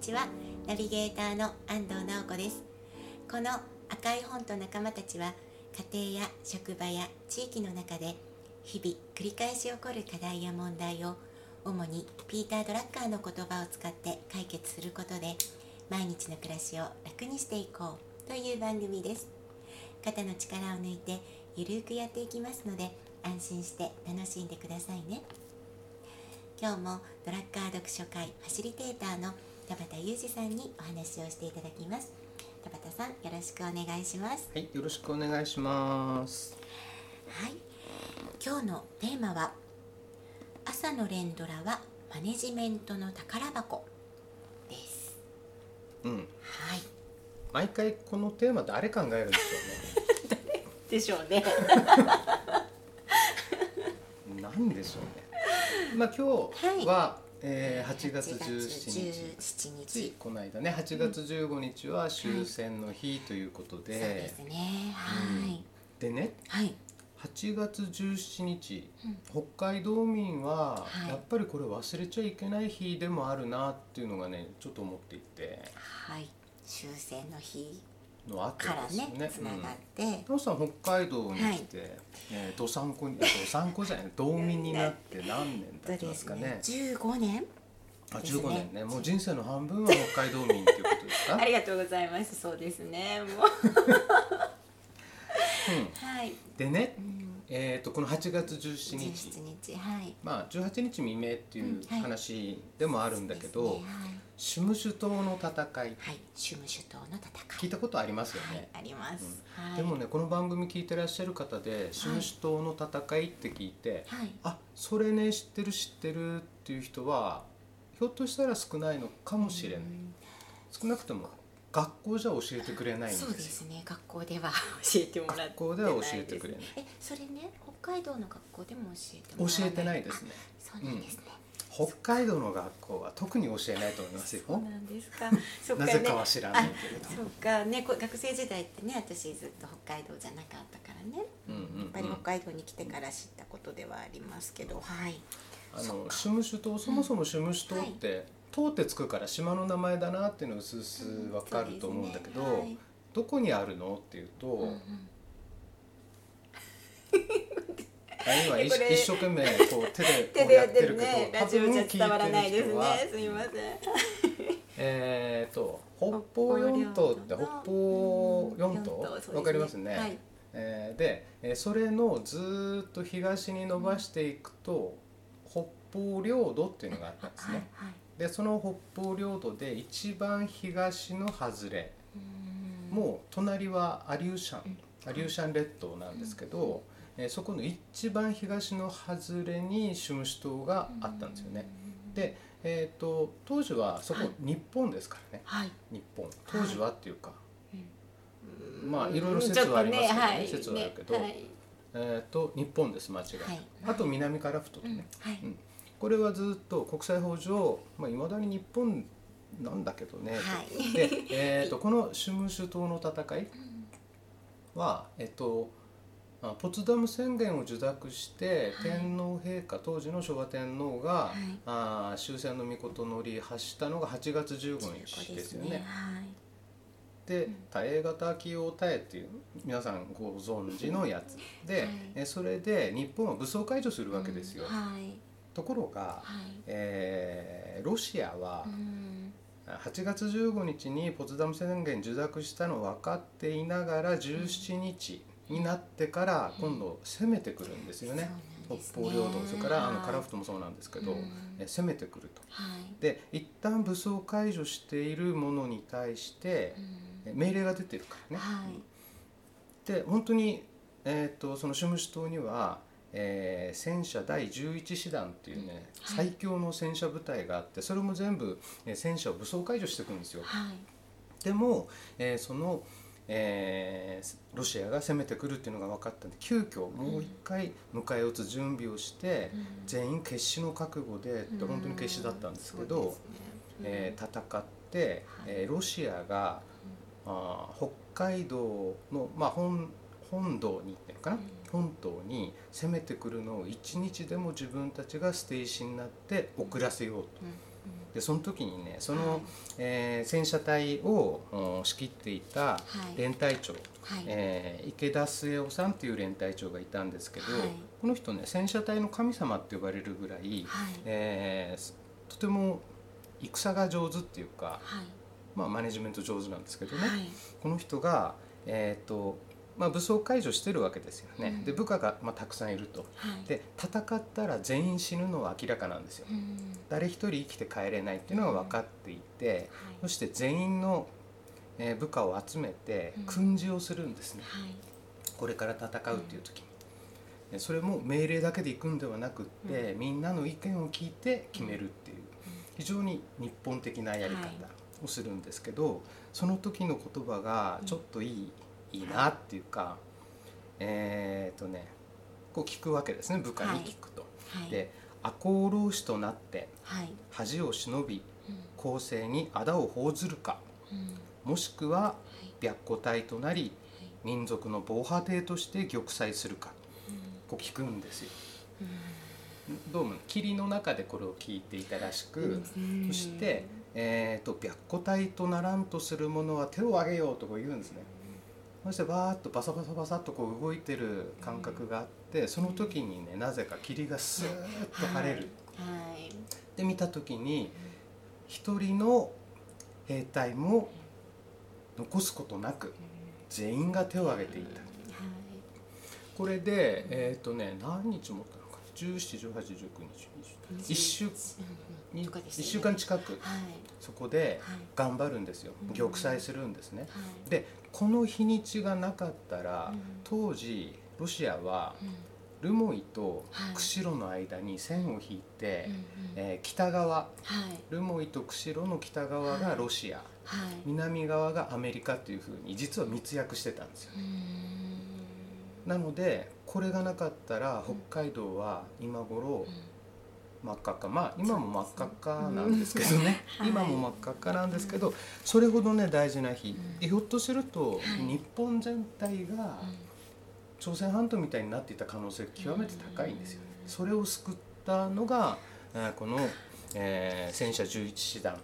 ちはナビゲーターの安藤直子ですこの赤い本と仲間たちは家庭や職場や地域の中で日々繰り返し起こる課題や問題を主にピーター・ドラッカーの言葉を使って解決することで毎日の暮らしを楽にしていこうという番組です肩の力を抜いてゆるーくやっていきますので安心して楽しんでくださいね今日もドラッカー読書会ファシリテーターの田畑裕二さんにお話をしていただきます田畑さんよろしくお願いしますはい、よろしくお願いします。はい、今日のテーマは朝の連ドラはマネジメントの宝箱です。うん、はい。毎回このテーマ誰考えるんでしでしょょう ね。うね。 なんでしょうね。まあ今日は、えー8月17日。 17日。つそいうこの間ね、8月15日は終戦の日ということで、ですね。はい。でね、はい。 8月17日、うん北海道民ははいやっぱりこれ忘れちゃいけない日でもあるなっていうのがね、ちょっと思っていて、はい。終戦の日のあからたりですよねね。つながっうんて、タモさん北海道に来て、えー、どさんこにどさんこじ ゃない道民になって何年経ちそうまですすかねね。15年。あですね15年ねもう人生の半分は北海道民っていうことですか、 ありがとうございます。そうですね。もううはい。ん、でねう、ん。えー、とこの8月17日17日はい。まあ18日未明っていううんはい話でもあるんだけど、そうですねはいシムシュ島の戦いはい、シュムシュ島の戦聞い。いたことありますよはいね、、あります。はい。でもねこの番組聞いてらっしゃる方でシムシュ島の戦いって聞いて、はい。あそれね知ってる知ってるっていう人はひょっとしたら少ないのかもしれない少なくとも学校じゃ教えてくれないんですそようですね、学校では 教えてもらってないです。学校では教えてくれないえ、それね、北海道の学校でも教えても教らわえてないですねあそうなんですね。北海道の学校は特に教えないと思いますよそうなんですか。そっかなね。ぜかは知らないけれどそっかね、こ学生時代ってね、私ずっと北海道じゃなかったからね。うんうんうんやっぱり北海道に来てから知ったことではありますけど、はい。あのシムシュ島そもそもシムシュ島って「島」ってつくから島の名前だなっていうのうすうすわかると思うんだけど、そうですねどこにあるのっていうと、はいうんうんあ今え一これ一生懸命こう手で手こうでややっっててるるけどね、多ラジオ分じ聞ゃいて伝わらないでする人ねは。すみません。えー、と北方四島って北方四島わかりますね、はい、えーで、えーそれのずーっと東に伸ばしていくと北方領土っていうのがあったんですはい、はいね。でその北方領土で一番東の外れうんもう隣はアリューシャンうんアリューシャン列島なんですけど、えーそこの一番東の外れにシュムシュ島があったんですよね。。で、えー、と当時はそこはい日本ですからね、はい。日本当時はっていうか、うんまあいろいろ説はありますけどねちょっと説はあるけどはいえー、と日本です間違い、はいあと南樺太とうんね、はいうんこれはずっと国際法上まあ、未だに日本なんだけどね、はいで、えー、とこのシュムシュ島の戦いは、えっと、あポツダム宣言を受諾して、はい天皇陛下当時の昭和天皇が、はいあー終戦の御事乗り発したのが8月15日ですよね。はい。でうん多英型起用多英っていう皆さんご存知のやつで、はいえそれで日本は武装解除するわけですよ。うんはい。ところが、はい。えーロシアはうん8月15日にポツダム宣言受諾したの分かっていながら17日になってからうん今度攻めてくるんですよね、そうなんです北ね方領土それからあのはいカラフトもそうなんですけど、うんえ攻めてくると。はい。で一旦武装解除しているものに対してうんえ命令が出てるからね。はい。で本当に、えー、とそのシュムシュ島には、えー戦車第11師団っていうね、うんはい最強の戦車部隊があってそれも全部、えー戦車を武装解除していくんですよ。はい。でも、えーその、えーロシアが攻めてくるっていうのが分かったんで急遽もう一回迎え撃つ準備をして、うん全員決死の覚悟でって本当に決死だったんですけど、うんそうですねえー戦って、えーロシアがあー北海道の、まあ、本本土に行ってるのかな、うん本島に攻めてくるのを一日でも自分たちが捨て石になって遅らせようとうんうんでその時にねその、はいえー戦車隊をうん仕切っていたはい連隊長、はいえー池田末夫さんっていう連隊長がいたんですけど、はいこの人ね戦車隊の神様って呼ばれるぐらい、はいえーとても戦が上手っていうか、はいまあ、マネジメント上手なんですけどね、はいこの人が、えーとまあ、武装解除してるわけですよね、うんで部下が、まあ、たくさんいるとはいで戦ったら全員死ぬのは明らかなんですよ、うん誰一人生きて帰れないっていうのが分かっていて、はそいして全員の、えー部下を集めてうん訓示をするんですね、はいこれから戦うっていう時に、でそれも命令だけで行くんではなくって、みんなの意見を聞いて決めるっていう非常に日本的なやり方はいをするんですけど、その時の言葉がちょっといい、いいなっていうかえっ、とねこう聞くわけですね部下に聞くと。はいで赤穂浪士となってはい恥を忍びうん後世に仇を報ずるかうんもしくははい白虎隊となりはい民族の防波堤として玉砕するかうんこう聞くんですようどうも霧の中でこれを聞いていたらしく、んそして、えーと「白虎隊とならんとする者は手を挙げよう」とこう言うんですね。そしてバーッとバサバサバサッとこう動いてる感覚があってその時にねなぜか霧がスーッと晴れる。はいで見た時に一人の兵隊も残すことなく全員が手を挙げていたはこれでえっ、とね何日持ったのかな17181920い1週うんにとかです一よね週間近くはいそこではい頑張るんですようん玉砕するんですねはいでこの日にちがなかったらうん当時ロシアはうん留萌とはい釧路の間に線を引いて、うんうんえー北側はい留萌と釧路の北側がロシア、はい南側がアメリカっていうふうに実は密約してたんですようーんなのでこれがなかったら北海道は今頃真っ赤っかまあ今も真っ赤っかなんですけどね、うん今も真っ赤っかなんですけどそれほどね大事な日うんでひょっとするとはい日本全体がうん朝鮮半島みたいになっていた可能性極めて高いんですよねうんそれを救ったのがえーこの、えー戦車11師団はい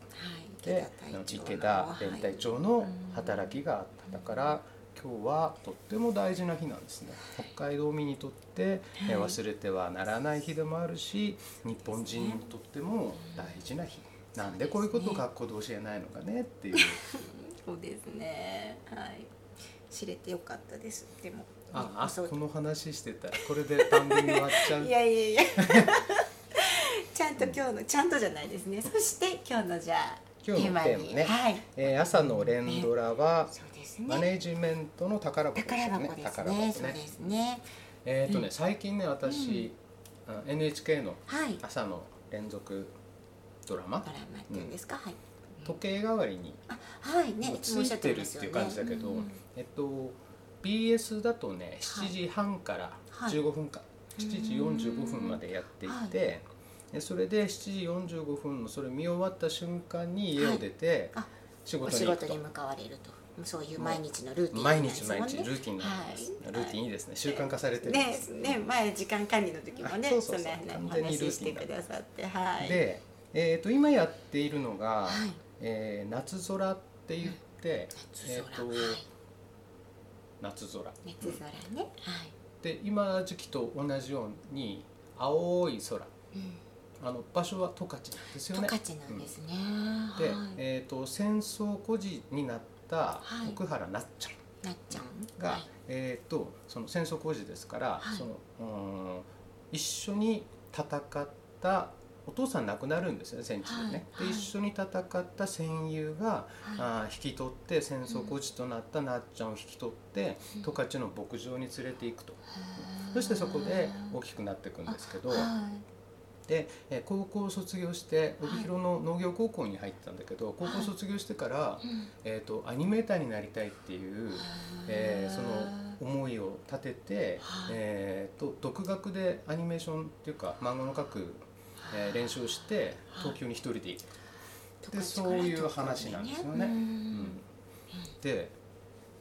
で池田連隊長の働きがあっただから今日はとっても大事な日なんですね北海道民にとってえーはい忘れてはならない日でもあるし日本人にとっても大事な日なんでこういうことを学校で教えないのかねっていうそうですねはい知れてよかったですでもあそあうこの話してたこれで番組終わっちゃういやいやい やちゃんと今日のちゃんとじゃないですねそして今日のじゃあ今日のテーマねにはいえー朝の連ドラはそうですマねネジメントの宝箱です宝よね箱ですねそうですねえっ、とね、最近ね私、あ NHK のはい朝の連続ドラマドラマっていうんですかはい時計代わりにあはいねもうついてるっていう感じだけど、うんえっと BS だとね7時半からはい15分間、7時45分までやっていて、でそれで7時45分のそれ見終わった瞬間に家を出てはいあ仕お事仕に行く事とに。向かわれるとそういう毎日のルーティン毎日毎日ールーティンになります、はいルーティンいいですね習慣化されてるんでねす、ね前時間管理の時もねあそうそうそうの完お全に話ルしーしティてンだくださってはいで、えー、と今やっているのが、はいえー夏空って言って、夏え空ーとはい夏空熱空ねはいで今時期と同じように青い空うんあの場所は十勝なんですよ十ね。勝なんですね。うんで、はいえー、と戦争孤児になったはい奥原なっちゃんなっちゃんが、はいえー、とその戦争孤児ですから、はいそのうーん一緒に戦ったお父さん亡くなるんですよね戦地でね。はいではい一緒に戦った戦友が、はあー引き取って戦争孤児となったなっちゃんを引き取ってうん十勝、の牧場に連れていくと。いそしてそこで大ききくなっていくんですけど。はいで、えー高校を卒業して帯広の農業高校に入ってたんだけど、高校卒業してから、うんえー、とアニメーターになりたいっていう、えーその思いを立てて、はいえー、と独学でアニメーションっていうか漫画の描く、えー練習をしてはい東京に一人で行く、十で勝そういう話なんですよね。ううんんで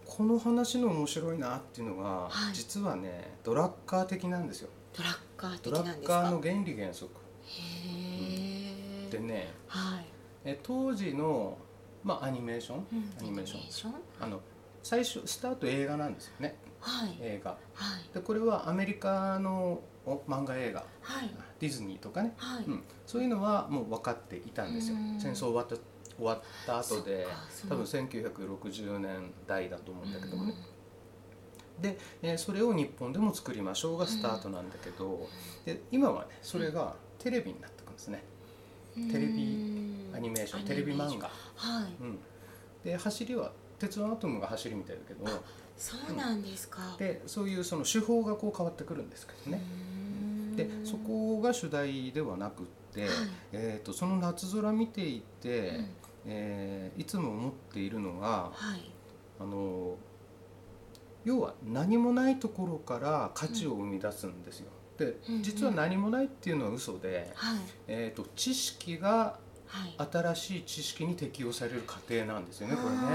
この話の面白いなっていうのが、はい実はねドラッカー的なんですよ。ドラッカード的なラんッですカーかの。原理原則へーでねはい。え当時の、まあ、アニメーションうんアニメーションションあの最初スタート映画なんですよねはい映画はいでこれはアメリカのお漫画映画はいディズニーとかね、はい、うん、そういうのはもう分かっていたんですようん戦争終わった終わった後でそっか多分そ1960年代だと思うんだけどもね、うんで、えーそれを日本でも作りましょうがスタートなんだけど、で今はねそれがテレビになってくるんですね、テレビうんアニメーションアテレビ漫画、はいうん、で走りは鉄腕アトムが走るみたいだけどあそうなんですか、でそういうその手法がこう変わってくるんですけどね、うんでそこが主題ではなくって、はいえー、とその夏空見ていて、うんえーいつも思っているのがはいあの要は何もないところから価値を生み出すんですよ。でうんうん実は何もないっていうのは嘘で、はいえー、と知識がはい新しい知識に適用される過程なんですよねこれね。ね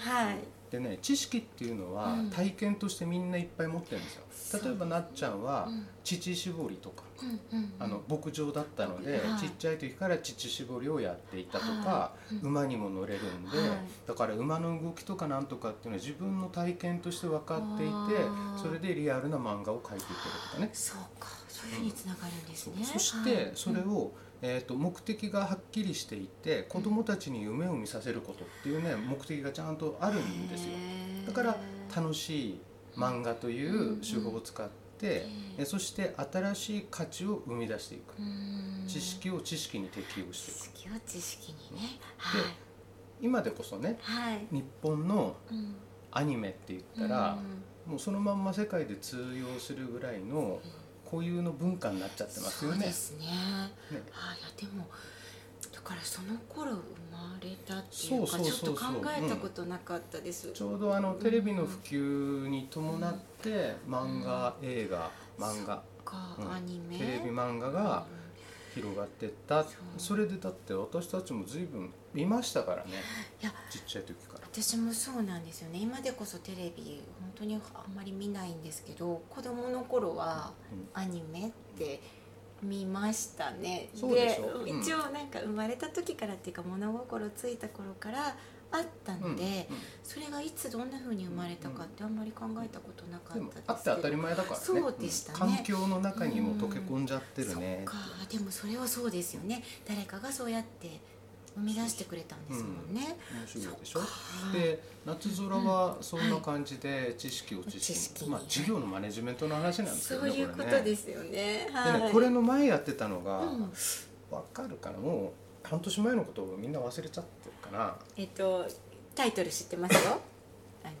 はいでね知識っていうのはうん体験としてみんないっぱい持ってるんですよ。そう例えばなっちゃんはうん乳搾りとかうんうんあの牧場だったので、はいちっちゃい時から乳搾りをやっていたとか、はいうん馬にも乗れるんで、はいだから馬の動きとかなんとかっていうのは自分の体験として分かっていてあーそれでリアルな漫画を描いていけるとかね。そうかそういうふうにつながるんですね、そしはていそれを、えー、と目的がはっきりしていて子どもたちに夢を見させることっていうね目的がちゃんとあるんですよ。だから楽しい漫画という手法を使って、うんえそして新しい価値を生み出していく。知識を知識に適用していく知識を知識にねはい今でこそねはい、日本のうん、アニメって言ったら、もうそのまんま世界で通用するぐらいの固有の文化になっちゃってますよそうねで。すねねあいやでもだからその頃生まれたっていそううかそうそうそうちょっと考えたことなかったです、ちょうどあのテレビの普及に伴って漫画、映画漫画か、うんアニメテレビ漫画が広がってったそれでだって私たちも随分見ましたからねいやちっちゃい時から。私もそうなんですよね今でこそテレビ本当にあんまり見ないんですけど子供の頃はうんアニメって見ましたね、そうでしょうん一応なんか生まれた時からっていうか物心ついた頃からあったうんので、うんそれがいつどんな風に生まれたかってあんまり考えたことなかったでですもけどあって当たり前だからねそうでしたねうん環境の中にも溶け込んじゃってるそねっ、かでもそれはそうですよね誰かがそうやって生み出してくれたんですもんね、面白いでしょそっかで夏空はそんな感じで知識を知知識識にに、まあ事業のマネジメントの話なんですけそどうねいうこれねとですよねはでいねこれの前やってたのが、うんわかるかなもう半年前のことをみんな忘れちゃってるかなえっとタイトル知ってますよあの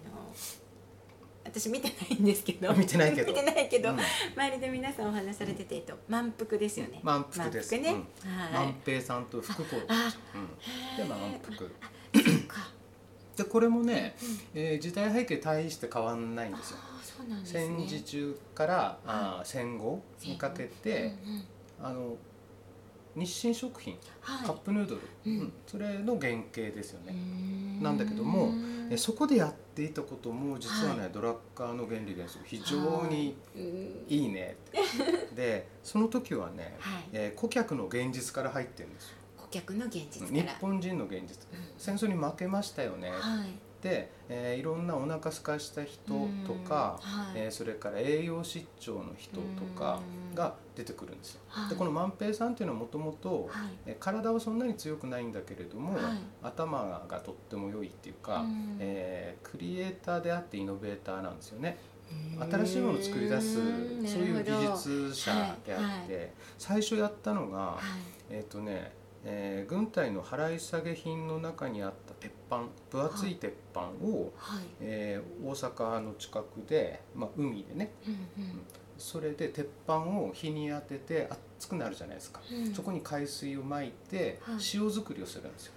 私見てないんですけど見てないけど見てないけど、うん周りで皆さんお話しされてて、えっと、満腹ですよねうん満腹です満腹ね、はい万平さんと福子あうん、で満腹そっかでこれもね、えー時代背景大して変わんないんあですよあそうなんですね戦時中からあー戦後にかけて、うんうんあの日清食品はいカップヌードル、うんうんそれの原型ですようーね、んなんだけどもええそこでやっていたことも実はね、はドラッカーの原理原則非常にいいねってでその時はね、はいえー顧客の現実から入ってるんですよ顧客の現実日から本人の現実戦争に負けましたよね、はいで、えーいろんなお腹空かした人とか、うんはいえーそれから栄養失調の人とかが出てくるんですよ。はいでこの万平さんっていうのはもともとはいえー体はそんなに強くないんだけれども、はい頭がとっても良いっていうか、うんえークリエイターであってイノベーターなんですよね。うーん新しいものを作り出すなそういうるほど技術者であって、は最初やったのが、はいえっ、とね、えー軍隊の払い下げ品の中にあった鉄板分厚い鉄板を、はいえー大阪の近くで、まあ、海でねうんそれで鉄板を火に当てて熱くなるじゃないですか、うんそこに海水をまいてはい塩作りをするんですよ、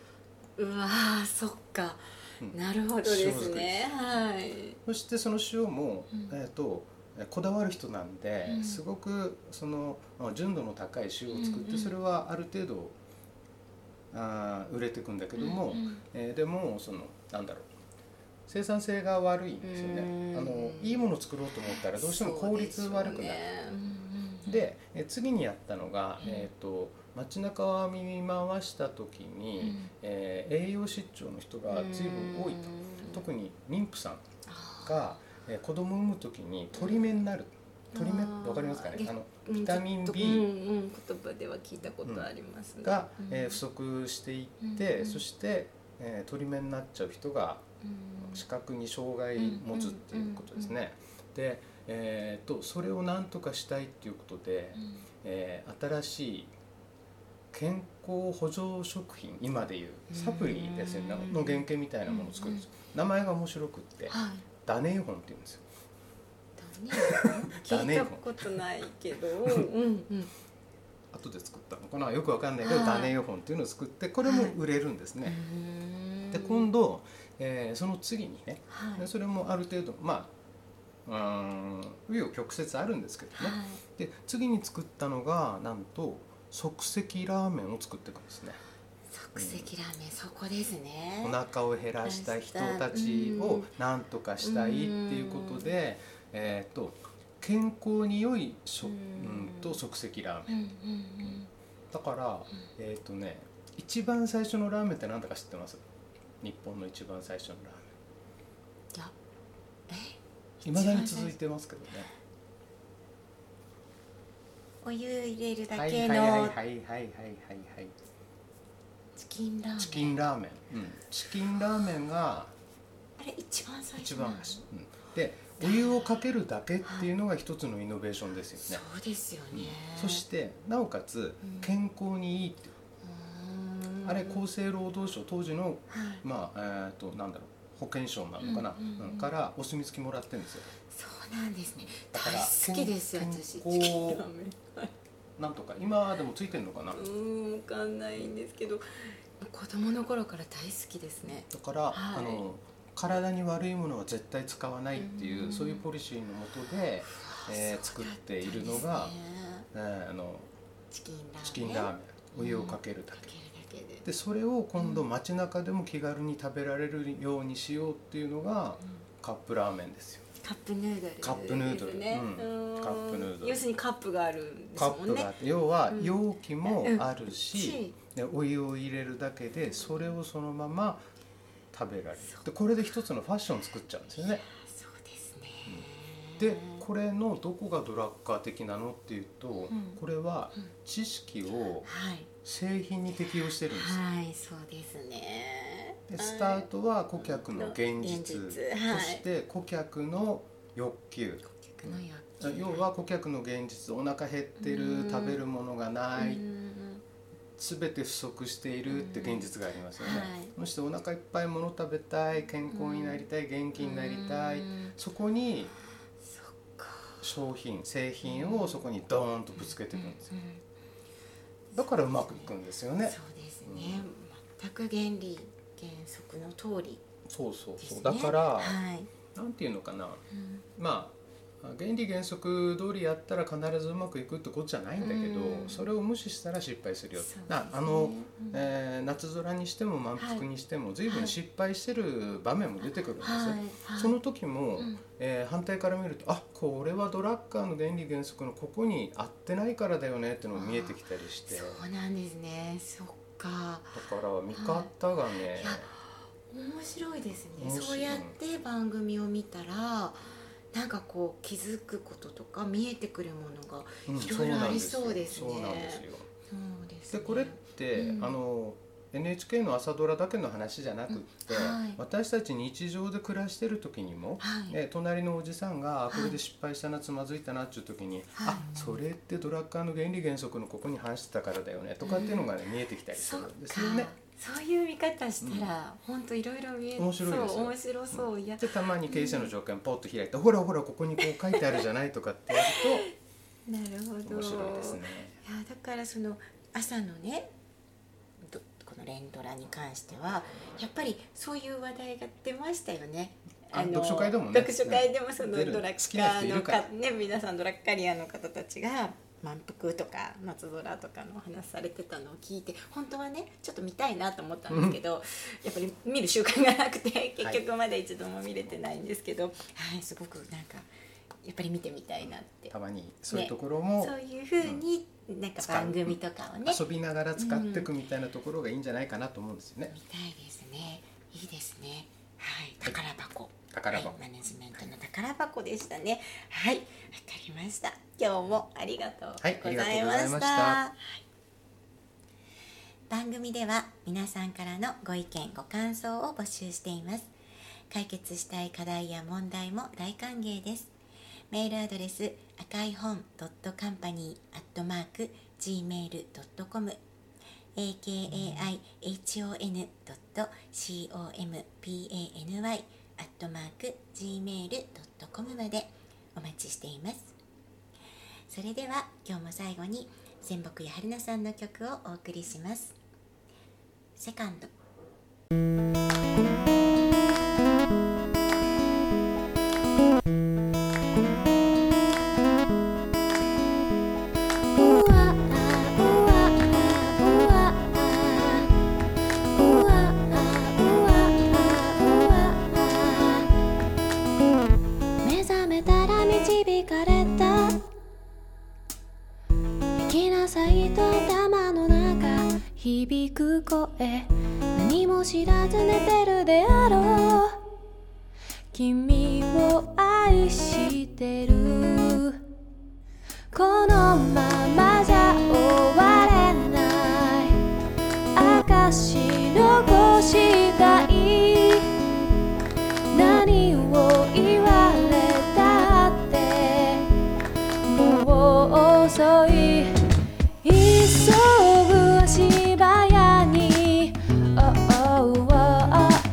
うんうわーそっかうんなるほどで塩作すりでねはいそしてその塩も、うんえー、とえーこだわる人なんで、うんすごくそのまあ純度の高い塩を作うっんうてんそれはある程度あー売れていくんだけども、うんうんえーでもそのなんだろう生産性が悪いんですよねうんあのいいものを作ろうと思ったらどうしても効率悪くなるそうでしょうねうんうんでえー次にやったのが、うんえー、と街中を見回した時に、うんえー栄養失調の人が随分多いとうん特に妊婦さんあが、えー子供を産む時に鳥目になる鳥目あーわかりますかねあのうんビタミンちょっと B うんうん、言葉では聞いたことありますね。が、うんえー不足していっうんうてんそして、えー、鳥目になっちゃう人がうん視覚に障害持つっていうことですね。で、えー、とそれをなんとかしたいっていうことで、うんえー新しい健康補助食品今でいうサプリですよねうんの原型みたいなものを作るんですよ名前が面白くってはいダネイホンって言うんですよ だね聞いたことないけど、うんうん、後で作ったのかなよくわかんないけどはいダネイホンっていうのを作ってこれも売れるんですね、で今度度、えーその次にねはいでそれもある程度まあうーん紆余曲折あるんですけどね、はいで次に作ったのがなんと即席ラーメンを作っていくんですね即席ラーメン、そこですねお腹を減らした人たちをなんとかしたいっていうことで、えー、と健康に良い食、ううんん、と即席ラーうメンんうんだからえっ、とね一番最初のラーメンって何だか知ってます日本の一番最初のラーメえンいまだに続いてますけどねお湯入れるだはいはけいはいはいのはいはいはいチキンラーメンチキンラーメン、うん、チキンラーメンがあれ一番最初一なの番端、うん、でお湯をかけるだけっていうのが一つのイノベーションですよねそうですよね、そしてなおかつうん健康にいいって、うーんあれ厚生労働省当時のはいまあえっ、となんだろう保健省なのかな、ううんうんうんんからお墨付きもらってるんですよそうなんですねだから大好きですよ健私健康ダメなんとか今でもついてるのかな、うーん、わかんないんですけど、子供の頃から大好きですねだから、はいあの体に悪いものは絶対使わないっていう、うんそういうポリシーのもとで、えー作っているのそうだったがん、ですねえーあのチキンラーメンチキンラーメン、うんお湯をかけるだかけけるだけででそれを今度街中でも気軽に食べられるようにしようっていうのがカップラーメンですよカップヌードルカップヌードルですね、うんうーんカップヌードル要するにカップがあるんですカッもんプねが。要はうん容器もあるしし、でお湯を入れるだけでそれをそのまま食べられるでこれで一つのファッション作っちゃうんですよねあそうですね、でこれのどこがドラッカー的なのっていうと、これは知識をはい製品に適用してるんですよはいそうですねでスタートは顧客の現実、現実はいそして顧客の欲求客の欲求要は顧客の現実お腹減ってうるん食べるものがないうん全て不足しているって現実がありますよね、はいそしてお腹いっぱいもの食べたい健康になりたい元気になりたいうんそこにそっか商品製品をそこにドーンとぶつけていくんですようんだからうまくいくんですよねそうですね、全く原理原則の通りそうそうですそう、ねだからはい、なんていうのかなうんまあ原理原則通りやったら必ずうまくいくってことじゃないんだけど、うんそれを無視したら失敗するよ、そうですねなあの、うんえー夏空にしても満腹にしても随は分い失敗してる場面も出てくるんですよ、はいはいその時も、うんえー反対から見るとあこれはドラッカーの原理原則のここに合ってないからだよねってのも見えてきたりしてだそうなんですねそっかから見方がねいや面白いですね面白いそうやって番組を見たらなんかこう気づくこととか見えてくるものがうんいろいろありそうですねそうなんですよそうですでねこれって、うんあの NHK の朝ドラだけの話じゃなくって、うんはい私たち日常で暮らしてる時にも、はい、えー隣のおじさんがあいこれで失敗したな、つまずいたなっていう時に、はいあそれってドラッカーの原理原則のここに反してたからだよねとかっていうのがね、見えてきたりすそっるかんですよね。そういう見方したら、ほんといろいろ見え面白いですそよう面白そう、いやでたまに経営者の条件ポッと開いて、ほらほらここにこう書いてあるじゃないとかってやるなるほ とど面白いですね。いやだからその朝のねどこの連ドラに関してはやっぱりそういう話題が出ましたよね。あの読書会でもね読書会でもその出るドラッ好きなカ人いーのるからかね皆さんドラッカリアの方たちが満腹とか夏空とかのお話されてたのを聞いて本当はねちょっと見たいなと思ったんですけどやっぱり見る習慣がなくて結局まだ一度も見れてないんですけどはい、すごくなんかやっぱり見てみたいなってたまにそういうところも、そういうふうになんか番組とかをね、遊びながら使っていくみたいなところがいいんじゃないかなと思うんですよね。見たいですねいいですねはい宝箱宝箱はい、マネジメントの宝宝箱でしたねはいわかりました今日もありがとうはいございまありがとうござし、いましたた番組では皆さんからのご意見ご感想を募集しています解決したい課題や問題も大歓迎ですメールアドレス赤い本 .company.gmail.com akaihon.company.gmail.com までお待ちしていますそれでは今日も最後に仙北や春菜さんの曲をお送りしますセカンド目覚めたら導かれた行きなさいと頭の中響く声何も知らず寝てるであろう君を愛してるこのままじゃ終われない証残したい何を言われたってもう遅い急ぐ足早に Oh, oh, oh,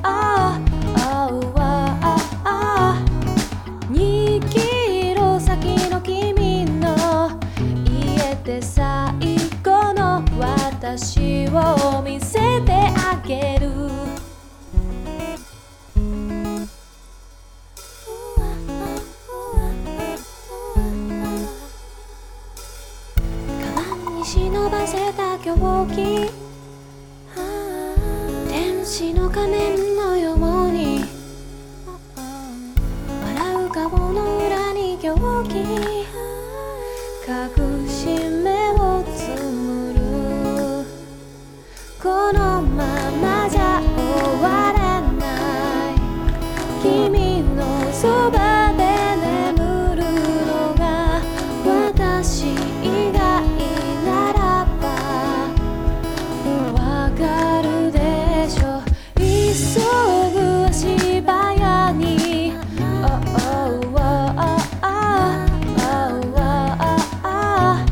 oh, oh, oh, oh. 2キロ先の君の家で最後の私を見せてあげるカバンに忍ばせた凶器天使の仮面のように笑う顔の裏に狂気隠し目をつむるこのままじゃ終われない君のそばで眠るのが私以外ならばわかるでしょ急ぐ足早に Oh, oh, oh, oh, oh, oh, oh, oh.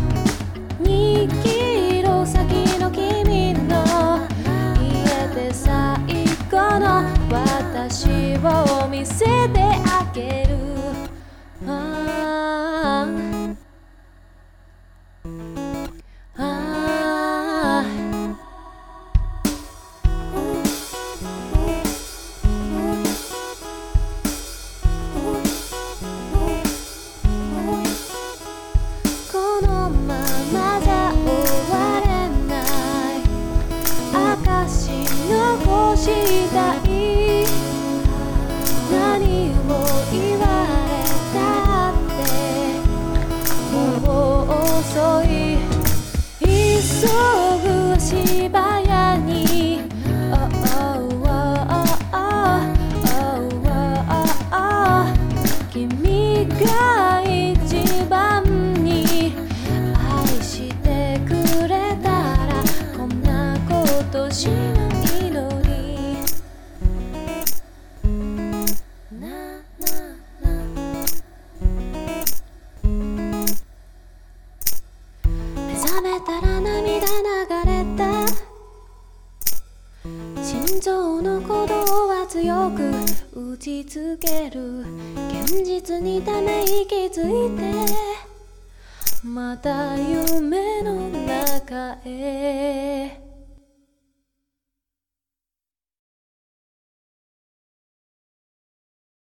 2キロ先の君の家で最後の私を見せてあげるあーあーこのままじゃ終われない証残したい何を言われたってもう遅い急ぐ足早に Oh, oh, oh, oh, oh, oh, oh, oh. 君が一番に愛してくれたらこんなことしないのにななな目覚めたら涙流れた心臓の鼓動は強く打ちつける現実にため息ついてまた夢の中へ